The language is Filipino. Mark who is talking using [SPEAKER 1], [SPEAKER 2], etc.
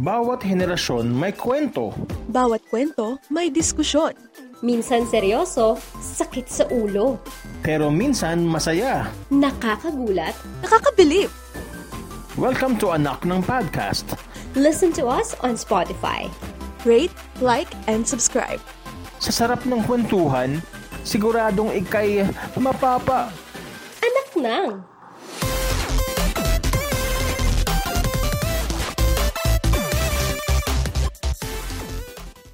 [SPEAKER 1] Bawat henerasyon may kwento.
[SPEAKER 2] Bawat kwento may diskusyon.
[SPEAKER 3] Minsan seryoso, sakit sa ulo,
[SPEAKER 1] Pero minsan masaya.
[SPEAKER 3] nakakagulat.
[SPEAKER 2] Nakakabilib!
[SPEAKER 1] Welcome to Anak ng Podcast.
[SPEAKER 3] Listen to us on Spotify.
[SPEAKER 2] Rate, like, and subscribe.
[SPEAKER 1] Sa sarap ng kwentuhan, siguradong ikay mapapa.
[SPEAKER 3] Anak nang!